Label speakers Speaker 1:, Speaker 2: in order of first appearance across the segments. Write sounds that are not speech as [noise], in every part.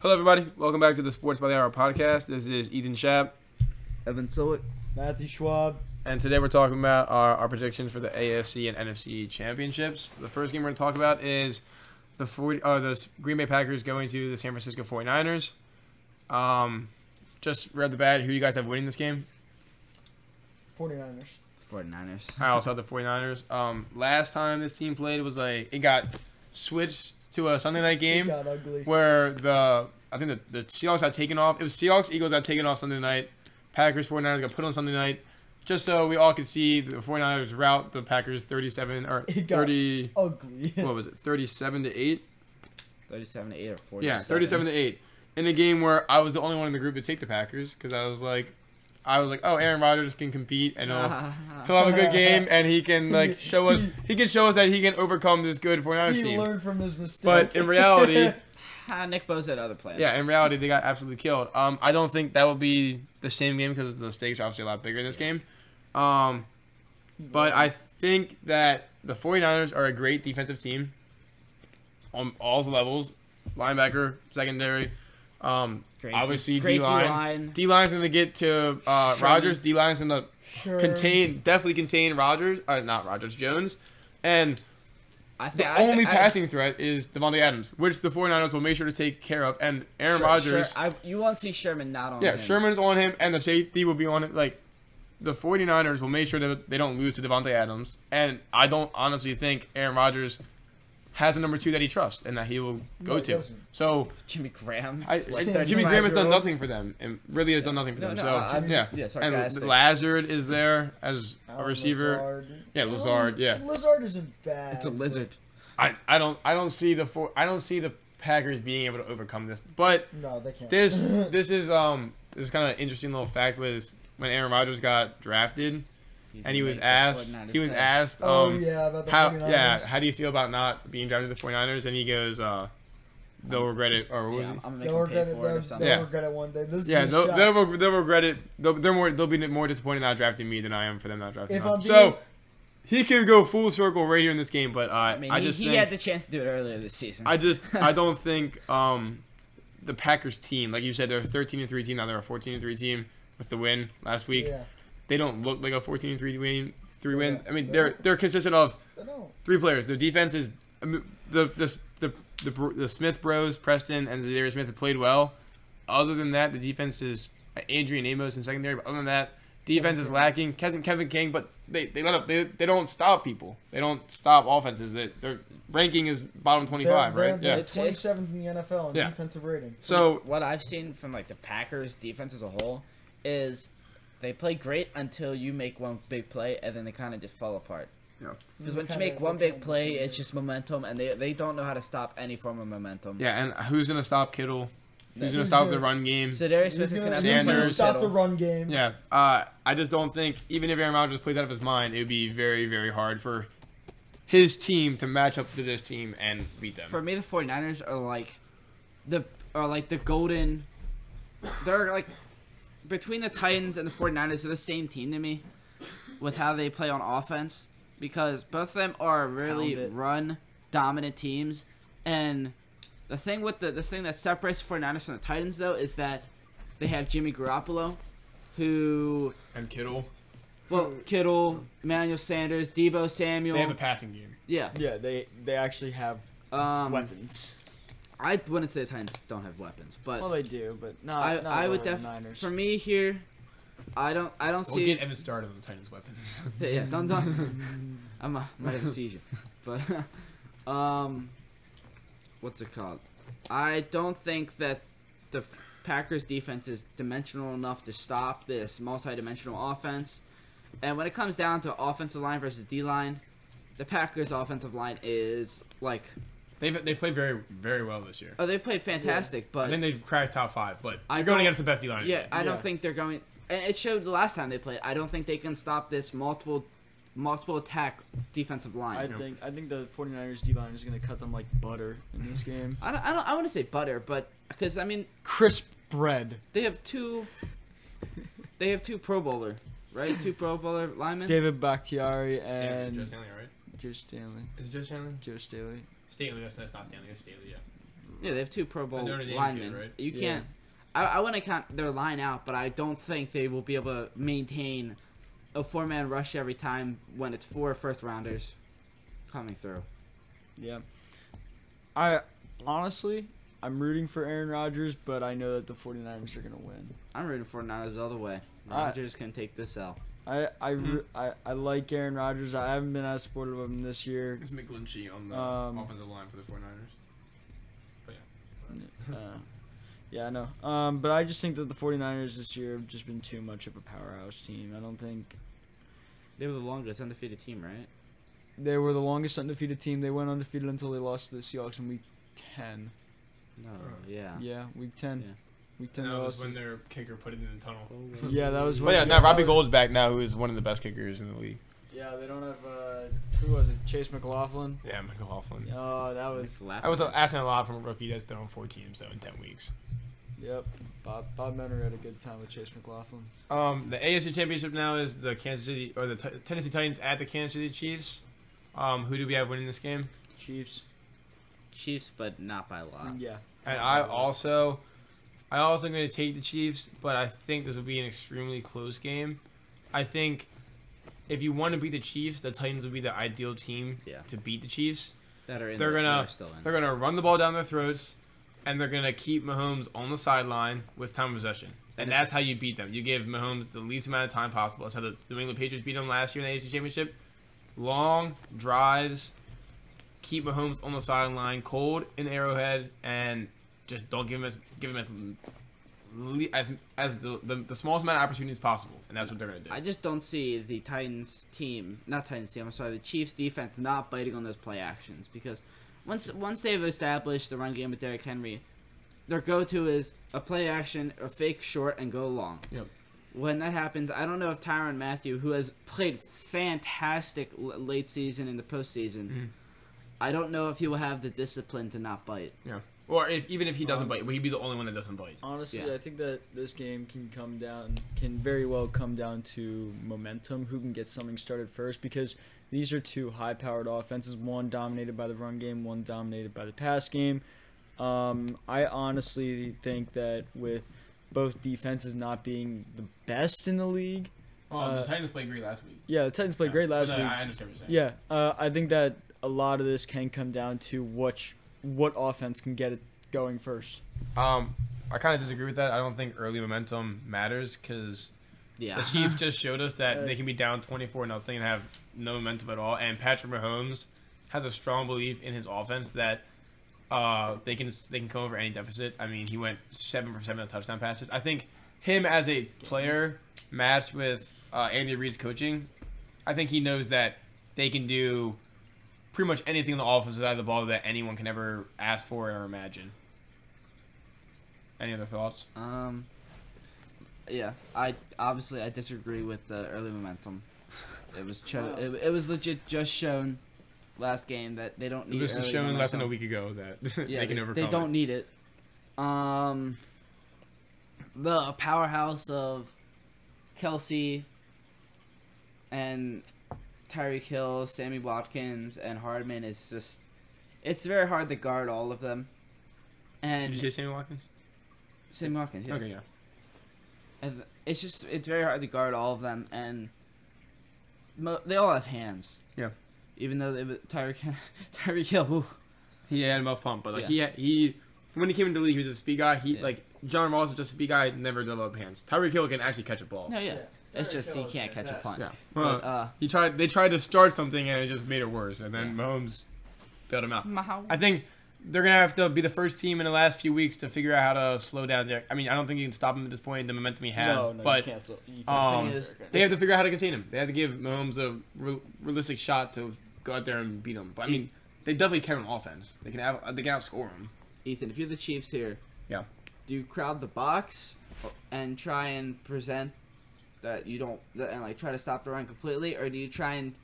Speaker 1: Hello, everybody. Welcome back to the Sports by the Hour podcast. This is Ethan Schapp,
Speaker 2: Evan Silwick.
Speaker 3: Matthew Schwab.
Speaker 1: and today we're talking about our, our predictions for the AFC and NFC championships. The first game we're going to talk about is the 40, uh, the S- Green Bay Packers going to the San Francisco 49ers. Um, just read the bat. Who do you guys have winning this game?
Speaker 3: 49ers.
Speaker 2: 49ers.
Speaker 1: I
Speaker 2: [laughs]
Speaker 1: also have the 49ers. Um, last time this team played was like it got switched to a Sunday night
Speaker 3: It
Speaker 1: game.
Speaker 3: got ugly.
Speaker 1: where the I think the, the Seahawks got taken off. It was Seahawks Eagles got taken off Sunday night. Packers 49ers got put on Sunday night just so we all could see the 49ers route the Packers 37 or
Speaker 3: It got-
Speaker 1: 30
Speaker 3: Ugly. [laughs]
Speaker 1: what was it? 37 to 8.
Speaker 2: 37 to 8 or 47.
Speaker 1: Yeah, 37 to 8. In a game where I was the only one in the group to take the Packers cuz I was like I was like, "Oh, Aaron Rodgers can compete and
Speaker 3: Uh-huh.
Speaker 1: he'll, he'll have a
Speaker 3: [laughs]
Speaker 1: good game and he can like show us he can show us that he can overcome this good 49ers
Speaker 3: he
Speaker 1: team."
Speaker 3: learned from his mistake.
Speaker 1: But in reality,
Speaker 2: [laughs] Ah, Nick Bosa had other plans.
Speaker 1: Yeah, in reality, they got absolutely killed. Um, I don't think that will be the same game because the stakes are obviously a lot bigger in this game. Um, but I think that the 49ers are a great defensive team on all the levels linebacker, secondary. Um,
Speaker 2: Great
Speaker 1: obviously,
Speaker 2: D- great
Speaker 1: D line.
Speaker 2: D-line.
Speaker 1: D line's going to get to uh,
Speaker 2: Sherman.
Speaker 1: Rodgers. D line's going to
Speaker 3: [laughs] sure.
Speaker 1: contain, definitely contain Rodgers. Uh, not Rodgers, Jones. And
Speaker 2: I think
Speaker 1: the
Speaker 2: I-
Speaker 1: only
Speaker 2: I-
Speaker 1: passing threat is Devontae Adams, which the 49ers will make sure to take care of. And Aaron
Speaker 2: Sher-
Speaker 1: Rodgers.
Speaker 2: Sher- I, you won't see Sherman not on
Speaker 1: Yeah,
Speaker 2: him.
Speaker 1: Sherman's on him, and the safety will be on it. Like, the 49ers will make sure that they don't lose to Devontae Adams. And I don't honestly think Aaron Rodgers has a number two that he trusts and that he will go
Speaker 3: No, he
Speaker 1: to.
Speaker 3: doesn't.
Speaker 1: So,
Speaker 2: Jimmy Graham.
Speaker 1: I,
Speaker 2: [laughs] like
Speaker 3: Jimmy
Speaker 1: Jimmy
Speaker 2: 35
Speaker 1: Graham has done
Speaker 2: year old.
Speaker 1: nothing for them and really has done nothing for
Speaker 2: No,
Speaker 1: them.
Speaker 2: no,
Speaker 1: so,
Speaker 2: I- I'm-
Speaker 1: yeah.
Speaker 2: yeah,
Speaker 1: and
Speaker 2: sarcastic.
Speaker 1: Lazard is there as a
Speaker 3: Alan
Speaker 1: receiver.
Speaker 3: Lazard.
Speaker 1: Yeah, Lazard, yeah.
Speaker 3: Lazard isn't bad.
Speaker 2: It's a lizard.
Speaker 1: I, I don't I don't see the four I don't see the Packers being able to overcome this. But
Speaker 3: No, they can't. [laughs]
Speaker 1: this this is um this is kind of interesting little fact was when Aaron Rodgers got drafted
Speaker 2: He's
Speaker 1: and he
Speaker 2: gonna
Speaker 1: was
Speaker 2: make the
Speaker 1: asked
Speaker 2: 49ers
Speaker 1: he was
Speaker 2: play.
Speaker 1: asked um
Speaker 3: oh yeah, about the
Speaker 1: how
Speaker 3: 49ers.
Speaker 1: yeah how do you feel about not being drafted to the 49ers and he goes uh they'll regret it or what was
Speaker 2: Yeah, I'm
Speaker 1: he
Speaker 2: gonna make
Speaker 3: they'll
Speaker 2: him
Speaker 3: regret
Speaker 2: pay
Speaker 3: it.
Speaker 2: for it
Speaker 3: They'll,
Speaker 2: or something.
Speaker 1: Yeah.
Speaker 3: they'll regret it one day. This
Speaker 1: yeah,
Speaker 3: is
Speaker 1: they'll,
Speaker 3: shot.
Speaker 1: they'll, re- they'll regret it. They'll, they're more they'll be more disappointed not drafting me than I am for them not drafting
Speaker 3: If
Speaker 1: us.
Speaker 3: I'm
Speaker 1: so he can go full circle right here in this game, but uh, I,
Speaker 2: I mean, he,
Speaker 1: just
Speaker 2: he
Speaker 1: think,
Speaker 2: had the chance to do it earlier this season.
Speaker 1: I just I don't think um the Packers team like you said they're a 13 and 3 team now they're a 14 and 3 team with the win last week.
Speaker 3: Yeah,
Speaker 1: They don't look like a 14 and 3 win. Three
Speaker 3: Yeah,
Speaker 1: win. I mean
Speaker 3: yeah.
Speaker 1: they're they're consistent of
Speaker 3: they don't.
Speaker 1: three players. The defense is I mean, the the the the, Bro- the Smith Bros, Preston and Zadarius Smith have played well. Other than that, the defense is uh, Adrian Amos in secondary. But other than that, defense is lacking. Kevin Kevin King, but they they let up. They, they don't stop people. They don't stop offenses. They, their ranking is bottom twenty
Speaker 3: They're,
Speaker 1: five,
Speaker 3: they're,
Speaker 1: right?
Speaker 3: They're
Speaker 1: Yeah.
Speaker 3: 27th in the NFL in
Speaker 1: Yeah.
Speaker 3: defensive rating.
Speaker 1: So
Speaker 2: what I've seen from like the Packers defense as a whole is they play great until you make one big play and then they kind of just fall apart. Because when you
Speaker 3: Kinda
Speaker 2: make one
Speaker 3: looking
Speaker 2: big
Speaker 3: at the
Speaker 2: play,
Speaker 3: same
Speaker 2: it's just momentum, and they they don't know how to stop any form of momentum.
Speaker 1: yeah, and who's gonna stop Kittle? Who's gonna
Speaker 3: Who's
Speaker 1: stop
Speaker 3: gonna-
Speaker 1: the run game?
Speaker 2: So Darius
Speaker 3: He's
Speaker 2: Smith is gonna
Speaker 3: gonna,
Speaker 2: have
Speaker 3: he's
Speaker 2: to
Speaker 3: gonna
Speaker 1: Sanders.
Speaker 3: stop the
Speaker 2: settle.
Speaker 3: run game.
Speaker 1: Yeah, uh, I just don't think even if Aaron Rodgers plays out of his mind, it would be very, very hard for his team to match up to this team and beat them.
Speaker 2: For me, the 49ers are like the are like the golden. They're like between the Titans and the 49ers are the same team to me, with how they play on offense because both of them are really
Speaker 3: Pound it.
Speaker 2: run dominant teams, and the thing with the this thing that separates the 49ers from the Titans though is that they have Jimmy Garoppolo, who
Speaker 1: and Kittle,
Speaker 2: Well, Kittle, Emmanuel Sanders, Debo Samuel.
Speaker 1: they have a passing game.
Speaker 2: yeah.
Speaker 4: Yeah, they they actually have
Speaker 2: Um,
Speaker 4: weapons.
Speaker 2: I wouldn't say the Titans don't have weapons, but
Speaker 4: Well, they do, but not.
Speaker 2: I,
Speaker 4: not
Speaker 2: I would
Speaker 4: over the
Speaker 2: definitely
Speaker 4: Niners.
Speaker 2: for me here. I don't. I don't see.
Speaker 1: Evan started on the Titans' weapons. [laughs]
Speaker 2: yeah, yeah, don't, don't. I'm a, might have a seizure, but [laughs] um, what's it called? I don't think that the Packers defense is dimensional enough to stop this multi-dimensional offense. And when it comes down to offensive line versus D line, the Packers' offensive line is like
Speaker 1: they've they played very, very well this year.
Speaker 2: oh they've played fantastic, but
Speaker 1: I think they've cracked top five, but
Speaker 2: I
Speaker 1: you're going
Speaker 2: don't-
Speaker 1: against the best D line.
Speaker 2: Yeah, I don't
Speaker 4: Yeah.
Speaker 2: think they're going. And it showed the last time they played. I don't think they can stop this multiple, multiple attack defensive
Speaker 4: I
Speaker 2: line.
Speaker 4: think I think the 49ers D line is gonna cut them like butter in this game.
Speaker 2: I, don't. I don't. I want to say butter, but because I mean
Speaker 4: Crisp bread.
Speaker 2: they have two. They have two Pro Bowler, right? Two Pro Bowler linemen.
Speaker 4: David Bakhtiari
Speaker 1: Stanley, Joe
Speaker 4: and
Speaker 1: Stanley, right?
Speaker 4: Joe Stanley.
Speaker 1: Is it Joe Stanley?
Speaker 4: Joe Stanley.
Speaker 1: Stanley, that's, that's not Stanley. It's Stanley, yeah.
Speaker 2: Yeah, they have two Pro Bowl
Speaker 1: Notre Dame kid,
Speaker 2: linemen.
Speaker 1: right?
Speaker 2: You
Speaker 4: Yeah.
Speaker 2: can't. I, I want to count their line out, but I don't think they will be able to maintain a four-man rush every time when it's four first rounders coming through.
Speaker 4: Yeah. I honestly, I'm rooting for Aaron Rodgers, but I know that the 49ers are going to win.
Speaker 2: I'm rooting for Niners all the way.
Speaker 4: Alright.
Speaker 2: Rodgers can take this L.
Speaker 4: I I,
Speaker 1: Hmm.
Speaker 4: re- I I like Aaron Rodgers. I haven't been as supportive of him
Speaker 1: [laughs]
Speaker 4: this year.
Speaker 1: It's McGlinchey on the
Speaker 4: Um,
Speaker 1: offensive line for the 49ers.
Speaker 4: Uh, yeah, I know. Um, but I just think that the 49ers this year have just been too much of a powerhouse team. I don't think
Speaker 2: They were the longest undefeated team, right?
Speaker 4: they were the longest undefeated team. They went undefeated until they lost to the Seahawks in week 10.
Speaker 2: No.
Speaker 1: Alright.
Speaker 2: Yeah.
Speaker 4: Yeah, week 10.
Speaker 2: Ah. Yeah.
Speaker 4: Week 10.
Speaker 5: And
Speaker 4: they
Speaker 5: that was
Speaker 4: lost.
Speaker 5: when their kicker put it in the tunnel.
Speaker 2: [laughs]
Speaker 4: yeah, that was
Speaker 1: Well, yeah,
Speaker 4: when-
Speaker 1: now Robbie Gold's back now, who is one of the best kickers in the league.
Speaker 4: Yeah, they don't have uh, who was it? Chase McLaughlin.
Speaker 5: Yeah, McLaughlin.
Speaker 4: Oh, that was
Speaker 2: It's laughing.
Speaker 5: I was asking a lot from a rookie that's been on four teams though in ten weeks.
Speaker 4: yep. Bob Bob Menner had a good time with Chase McLaughlin.
Speaker 1: Um, the AFC Championship now is the Kansas City or the t- Tennessee Titans at the Kansas City Chiefs. Um, who do we have winning this game?
Speaker 4: Chiefs.
Speaker 2: Chiefs, but not by a lot.
Speaker 4: Yeah.
Speaker 1: And I also, I also going to take the Chiefs, but I think this will be an extremely close game. I think if you want to beat the Chiefs, the Titans will be the ideal team
Speaker 2: Yeah.
Speaker 1: to beat the Chiefs.
Speaker 2: That are in.
Speaker 1: They're
Speaker 2: the,
Speaker 1: gonna-
Speaker 2: They're still in.
Speaker 1: They're gonna run the ball down their throats, and they're gonna keep Mahomes on the sideline with time of possession, and
Speaker 2: And if-
Speaker 1: that's how you beat them. You give Mahomes the least amount of time possible. That's how the New England Patriots beat them last year in the AFC Championship. Long drives, keep Mahomes on the sideline, cold in Arrowhead, and just don't give him as give him as le- as, as the, the the smallest amount of opportunities possible, and that's what they're gonna do.
Speaker 2: I just don't see the Titans team, not Titans team. I'm sorry, the Chiefs defense not biting on those play actions because once once they've established the run game with Derrick Henry, their go-to is a play action, a fake short, and go long.
Speaker 1: Yep.
Speaker 2: When that happens, I don't know if Tyron Matthew, who has played fantastic l- late season in the postseason,
Speaker 1: Mhm.
Speaker 2: I don't know if he will have the discipline to not bite.
Speaker 1: or if even if he doesn't
Speaker 4: Um,
Speaker 1: bite, he'd be the only one that doesn't bite.
Speaker 4: Honestly,
Speaker 2: Yeah.
Speaker 4: I think that this game can come down, can very well come down to momentum. Who can get something started first? Because these are two high-powered offenses. One dominated by the run game. One dominated by the pass game. Um, I honestly think that with both defenses not being the best in the league,
Speaker 1: Oh,
Speaker 4: the uh,
Speaker 1: Titans played great last week.
Speaker 4: yeah, the Titans played great last week.
Speaker 1: I understand what you're saying.
Speaker 4: Yeah, uh, I think that a lot of this can come down to what sh- what offense can get it going first.
Speaker 1: Um, I kind of disagree with that. I don't think early momentum matters because
Speaker 2: Yeah.
Speaker 1: the Chiefs just showed us that
Speaker 4: Uh,
Speaker 1: they can be down 24 nothing and have no momentum at all. And Patrick Mahomes has a strong belief in his offense that uh, they can they can come over any deficit. I mean, he went seven for seven on touchdown passes. I think him as a player matched with uh, Andy Reid's coaching, I think he knows that they can do pretty much anything on the offensive side of the ball that anyone can ever ask for or imagine. Any other thoughts?
Speaker 2: Um. Yeah, I obviously I disagree with the early momentum. It was cho- it, it was legit just shown last game that they don't need.
Speaker 1: This is
Speaker 2: early
Speaker 1: shown less than a
Speaker 2: momentum.
Speaker 1: week ago that [laughs]
Speaker 2: Yeah,
Speaker 1: they can
Speaker 2: they,
Speaker 1: overcome.
Speaker 2: they don't need it. Um, the powerhouse of Kelsey and Tyreek Hill, Sammy Watkins, and Hardman is just. It's very hard to guard all of them.
Speaker 1: Did you
Speaker 2: And
Speaker 1: say Sammy Watkins?
Speaker 2: Sammy Watkins, yeah.
Speaker 1: Okay, yeah.
Speaker 2: And th- It's just it's very hard to guard all of them, and mo- they all have hands.
Speaker 1: Yeah.
Speaker 2: Even though they, but Tyreek [laughs] Tyreek Hill, whew.
Speaker 1: He had a mouth pump, but like
Speaker 2: Yeah.
Speaker 1: he had, he when he came into the league, he was a speed guy. He
Speaker 2: Yeah.
Speaker 1: like John Ross is just a speed guy, never developed hands. Tyreek Hill can actually catch a ball.
Speaker 2: no, yeah, it's
Speaker 3: Oh, Tyreek
Speaker 2: just he
Speaker 3: Hill is
Speaker 2: can't catch a
Speaker 3: fantastic.
Speaker 2: punt.
Speaker 1: Yeah.
Speaker 2: But,
Speaker 1: Well,
Speaker 2: uh,
Speaker 1: he tried. They tried to start something, and it just made it worse. And then Mahomes bailed him
Speaker 2: uh,
Speaker 1: out. I think they're gonna have to be the first team in the last few weeks to figure out how to slow down Derek. I mean, I don't think you can stop him at this point. The momentum he has,
Speaker 4: no, no,
Speaker 1: but
Speaker 4: you can't. So, you can't
Speaker 1: um,
Speaker 4: say-
Speaker 2: is-
Speaker 1: they have to figure out how to contain him. They have to give Mahomes a re- realistic shot to go out there and beat him. But I mean, they definitely can on offense. They can have. They can outscore him.
Speaker 2: Ethan, if you're the Chiefs here,
Speaker 1: Yeah.
Speaker 2: do you crowd the box and try and present that you don't that, and like try to stop the run completely, or do you try and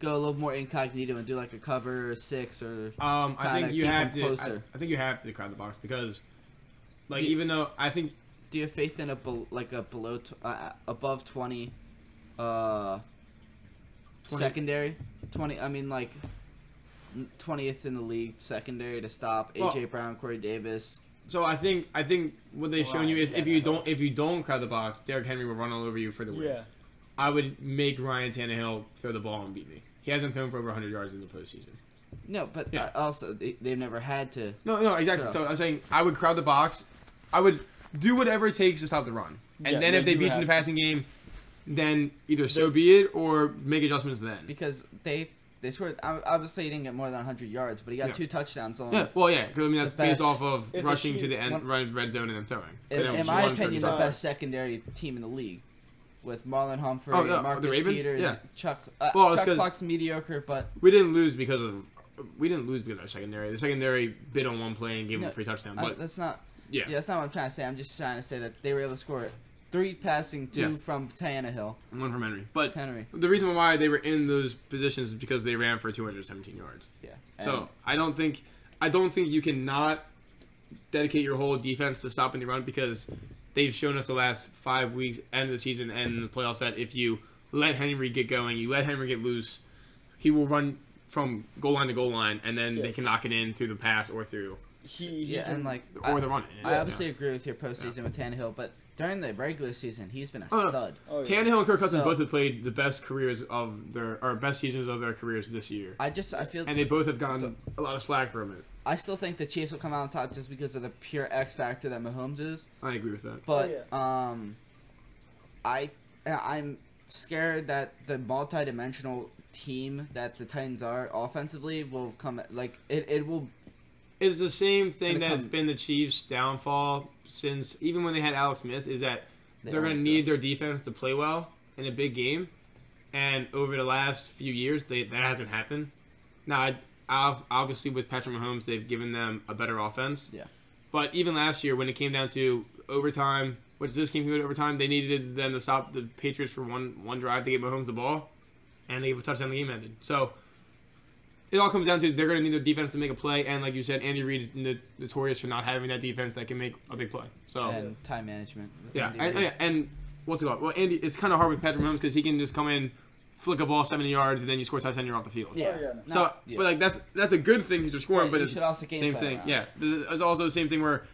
Speaker 2: go a little more incognito and do like a cover six or
Speaker 1: Um, I
Speaker 2: kinda
Speaker 1: think you
Speaker 2: keep
Speaker 1: have
Speaker 2: them
Speaker 1: to. I,
Speaker 2: closer.
Speaker 1: I think you have to crowd the box because, like,
Speaker 2: Do-
Speaker 1: even though I think
Speaker 2: do you have faith in a bel- like a below t- uh, above 20 uh
Speaker 1: 20
Speaker 2: secondary 20 i mean like twentieth in the league secondary to stop
Speaker 1: Well-
Speaker 2: AJ Brown, Corey Davis.
Speaker 1: So I think I think what they've shown you is
Speaker 5: Ryan
Speaker 1: if you
Speaker 5: Tannehill.
Speaker 1: don't if you don't crowd the box, Derrick Henry will run all over you for the win.
Speaker 4: Yeah.
Speaker 1: I would make Ryan Tannehill throw the ball and beat me. He hasn't thrown for over 100 yards in the postseason.
Speaker 2: No, but
Speaker 1: Yeah.
Speaker 2: uh, also they, they've never had to.
Speaker 1: No, no, exactly.
Speaker 2: Yeah.
Speaker 1: So I'm saying I would crowd the box. I would do whatever it takes to stop the run. And
Speaker 4: Yeah,
Speaker 1: then
Speaker 4: no,
Speaker 1: if they
Speaker 4: you
Speaker 1: beat you in
Speaker 4: have-
Speaker 1: the passing game, then either so be it or make adjustments then.
Speaker 2: because they they scored. ob- Obviously, he didn't get more than 100 yards, but he got
Speaker 1: Yeah.
Speaker 2: two touchdowns on.
Speaker 1: Yeah, well, yeah, 'cause, I mean that's
Speaker 2: The
Speaker 1: based
Speaker 2: best-
Speaker 1: off of
Speaker 4: If the
Speaker 1: rushing to
Speaker 4: Chiefs-
Speaker 1: the end,
Speaker 2: one-
Speaker 1: run, red zone, and then throwing.
Speaker 2: In,
Speaker 1: And then
Speaker 2: in
Speaker 1: just uh,
Speaker 2: my
Speaker 1: one for
Speaker 2: opinion, the
Speaker 1: stop.
Speaker 2: best secondary team in the league, with Marlon Humphrey,
Speaker 1: Oh, yeah, the
Speaker 2: Marcus
Speaker 1: Ravens?
Speaker 2: Peters,
Speaker 1: Yeah.
Speaker 2: Chuck. Uh,
Speaker 1: Well, it's
Speaker 2: Chuck
Speaker 1: 'cause-
Speaker 2: Clark's mediocre, but
Speaker 1: we didn't lose because of we didn't lose because of our secondary. The secondary bid on one play and gave him
Speaker 2: No,
Speaker 1: a free touchdown.
Speaker 2: I-
Speaker 1: But
Speaker 2: uh, that's not.
Speaker 1: yeah,
Speaker 2: Yeah. that's not what I'm trying to say. I'm just trying to say that they were able to score three passing, two
Speaker 1: Yeah.
Speaker 2: from Tannehill,
Speaker 1: one from Henry. But
Speaker 2: Tannery.
Speaker 1: the reason why they were in those positions is because they ran for 217 yards.
Speaker 2: Yeah.
Speaker 1: So I don't think I don't think you can not dedicate your whole defense to stopping the run because they've shown us the last five weeks, end of the season, and the playoffs that if you let Henry get going, you let Henry get loose, he will run from goal line to goal line, and then
Speaker 4: Yeah.
Speaker 1: they can knock it in through the pass or through
Speaker 4: He,
Speaker 2: And,
Speaker 4: he
Speaker 2: yeah,
Speaker 4: can-
Speaker 2: and like
Speaker 1: or
Speaker 2: I,
Speaker 1: the run.
Speaker 2: I obviously agree with your postseason with Tannehill, but during the regular season, he's been a
Speaker 1: Oh, no.
Speaker 2: stud.
Speaker 4: oh, yeah.
Speaker 1: Tannehill and Kirk Cousins
Speaker 2: So-
Speaker 1: both have played the best careers of their or best seasons of their careers this year,
Speaker 2: I just I feel
Speaker 1: and they both have gotten a lot of slack for a minute.
Speaker 2: I still think the Chiefs will come out on top just because of the pure X factor that Mahomes is.
Speaker 1: I agree with that.
Speaker 2: But um, I I'm scared that the multi-dimensional team that the Titans are offensively will come like it, it will
Speaker 1: It's the same thing
Speaker 2: gonna
Speaker 1: that's
Speaker 2: come-
Speaker 1: been the Chiefs' downfall since even when they had Alex Smith is that
Speaker 2: They
Speaker 1: they are going to
Speaker 2: don't
Speaker 1: need their defense to play well in a big game, and over the last few years, they, that hasn't happened. Now, I, I've, obviously with Patrick Mahomes, they've given them a better offense.
Speaker 2: Yeah.
Speaker 1: But even last year, when it came down to overtime, which this game came to overtime, they needed them to stop the Patriots for one one drive to get Mahomes the ball, and they gave a touchdown. The game ended. So it all comes down to they're going to need their defense to make a play, and like you said, Andy Reid is no- notorious for not having that defense that can make a big play. So
Speaker 2: and time management.
Speaker 1: Oh. yeah,
Speaker 2: Andy
Speaker 1: and,
Speaker 2: Reid.
Speaker 1: and, and what's it called? Well, Andy, it's kind of hard with Patrick Mahomes because he can just come in, flick a ball seventy yards, and then you score a touchdown. You're off the field.
Speaker 2: yeah.
Speaker 3: Oh, yeah.
Speaker 2: No,
Speaker 1: So,
Speaker 2: yeah.
Speaker 1: but like that's that's a good thing because you're scoring,
Speaker 2: Right,
Speaker 1: but
Speaker 2: you
Speaker 1: it's
Speaker 2: should also game
Speaker 1: same
Speaker 2: plan
Speaker 1: thing.
Speaker 2: around
Speaker 1: Yeah,
Speaker 2: it.
Speaker 1: it's also the same thing where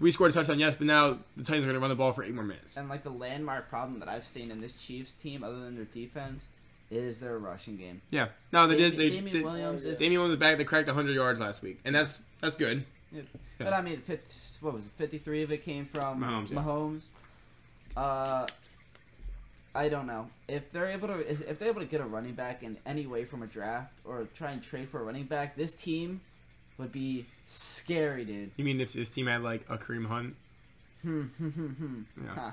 Speaker 1: we scored a touchdown, yes, but now the Titans are going to run the ball for eight more minutes.
Speaker 2: And like the landmark problem that I've seen in this Chiefs team, other than their defense, is their rushing game.
Speaker 1: Yeah, no, Oh, they did. They
Speaker 2: Damian
Speaker 1: did.
Speaker 2: Williams
Speaker 4: Oh, yeah.
Speaker 2: is
Speaker 1: Damian Williams back. They cracked hundred yards last week, and that's that's good. Yeah.
Speaker 2: But I mean, 50, what was it? Fifty-three of it came from
Speaker 1: Mahomes,
Speaker 2: Mahomes.
Speaker 1: yeah.
Speaker 2: Uh, I don't know if they're able to if if they're able to get a running back in any way from a draft or try and trade for a running back. This team would be scary, dude. [laughs]
Speaker 1: You mean if this team had like a Kareem Hunt?
Speaker 2: Hmm, hmm, hmm, hmm.
Speaker 1: Yeah.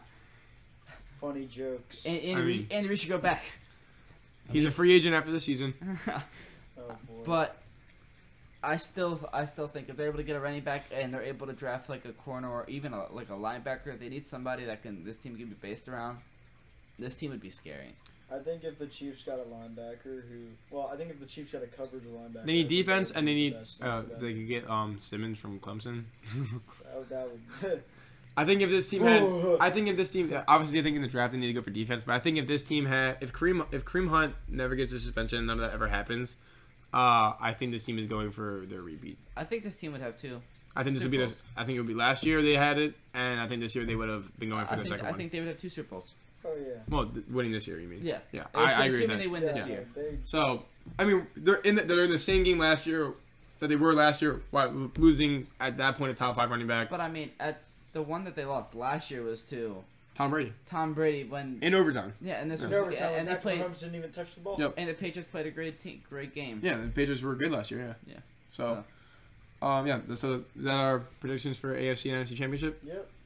Speaker 3: Funny jokes.
Speaker 2: and, and,
Speaker 1: I mean-
Speaker 2: and we should go back. [laughs]
Speaker 1: He's a free agent after the season.
Speaker 3: oh, boy.
Speaker 2: But I still, I still think if they're able to get a running back and they're able to draft like a corner or even a, like a linebacker, they need somebody that can this team can be based around. This team would be scary.
Speaker 3: I think if the Chiefs got a linebacker who, well, I think if the Chiefs got a coverage linebacker,
Speaker 1: They need
Speaker 3: I think that
Speaker 1: defense,
Speaker 3: would be
Speaker 1: and they
Speaker 3: the
Speaker 1: need
Speaker 3: best
Speaker 1: uh,
Speaker 3: linebacker.
Speaker 1: they could get um Simmons from Clemson.
Speaker 3: that, that would.
Speaker 1: I think if this team had, I think if this team obviously I think in the draft they need to go for defense, but I think if this team had if Kareem if Kareem Hunt never gets a suspension, none of that ever happens. Uh, I think this team is going for their repeat.
Speaker 2: I think this team would have two.
Speaker 1: I think this would be
Speaker 2: Super
Speaker 1: the, I think it would be last year they had it, and I think this year they would have been going for
Speaker 2: I
Speaker 1: the
Speaker 2: think,
Speaker 1: second
Speaker 2: I
Speaker 1: one.
Speaker 2: think they would have two Super Bowls.
Speaker 3: [laughs] oh yeah.
Speaker 1: well, th- winning this year, you mean?
Speaker 2: Yeah.
Speaker 1: Yeah, I, I agree with
Speaker 2: assuming
Speaker 1: that.
Speaker 2: they win
Speaker 3: yeah,
Speaker 2: this year.
Speaker 3: They,
Speaker 1: So, I mean, they're in the, they're in the same game last year that they were last year, while losing at that point a top five running back,
Speaker 2: But I mean, at the one that they lost last year was to
Speaker 1: Tom Brady, when
Speaker 2: when
Speaker 1: in overtime.
Speaker 2: yeah, and this
Speaker 1: in
Speaker 2: was,
Speaker 3: in overtime,
Speaker 2: and,
Speaker 3: and
Speaker 2: they
Speaker 3: Patrick
Speaker 2: played
Speaker 3: Mahomes didn't even touch the ball.
Speaker 1: Yep.
Speaker 2: and the Patriots played a great team, great game.
Speaker 1: Yeah, the Patriots were good last year. Yeah.
Speaker 2: Yeah.
Speaker 1: So, um, yeah. th- So is that our predictions for AFC and NFC Championship?
Speaker 3: Yep.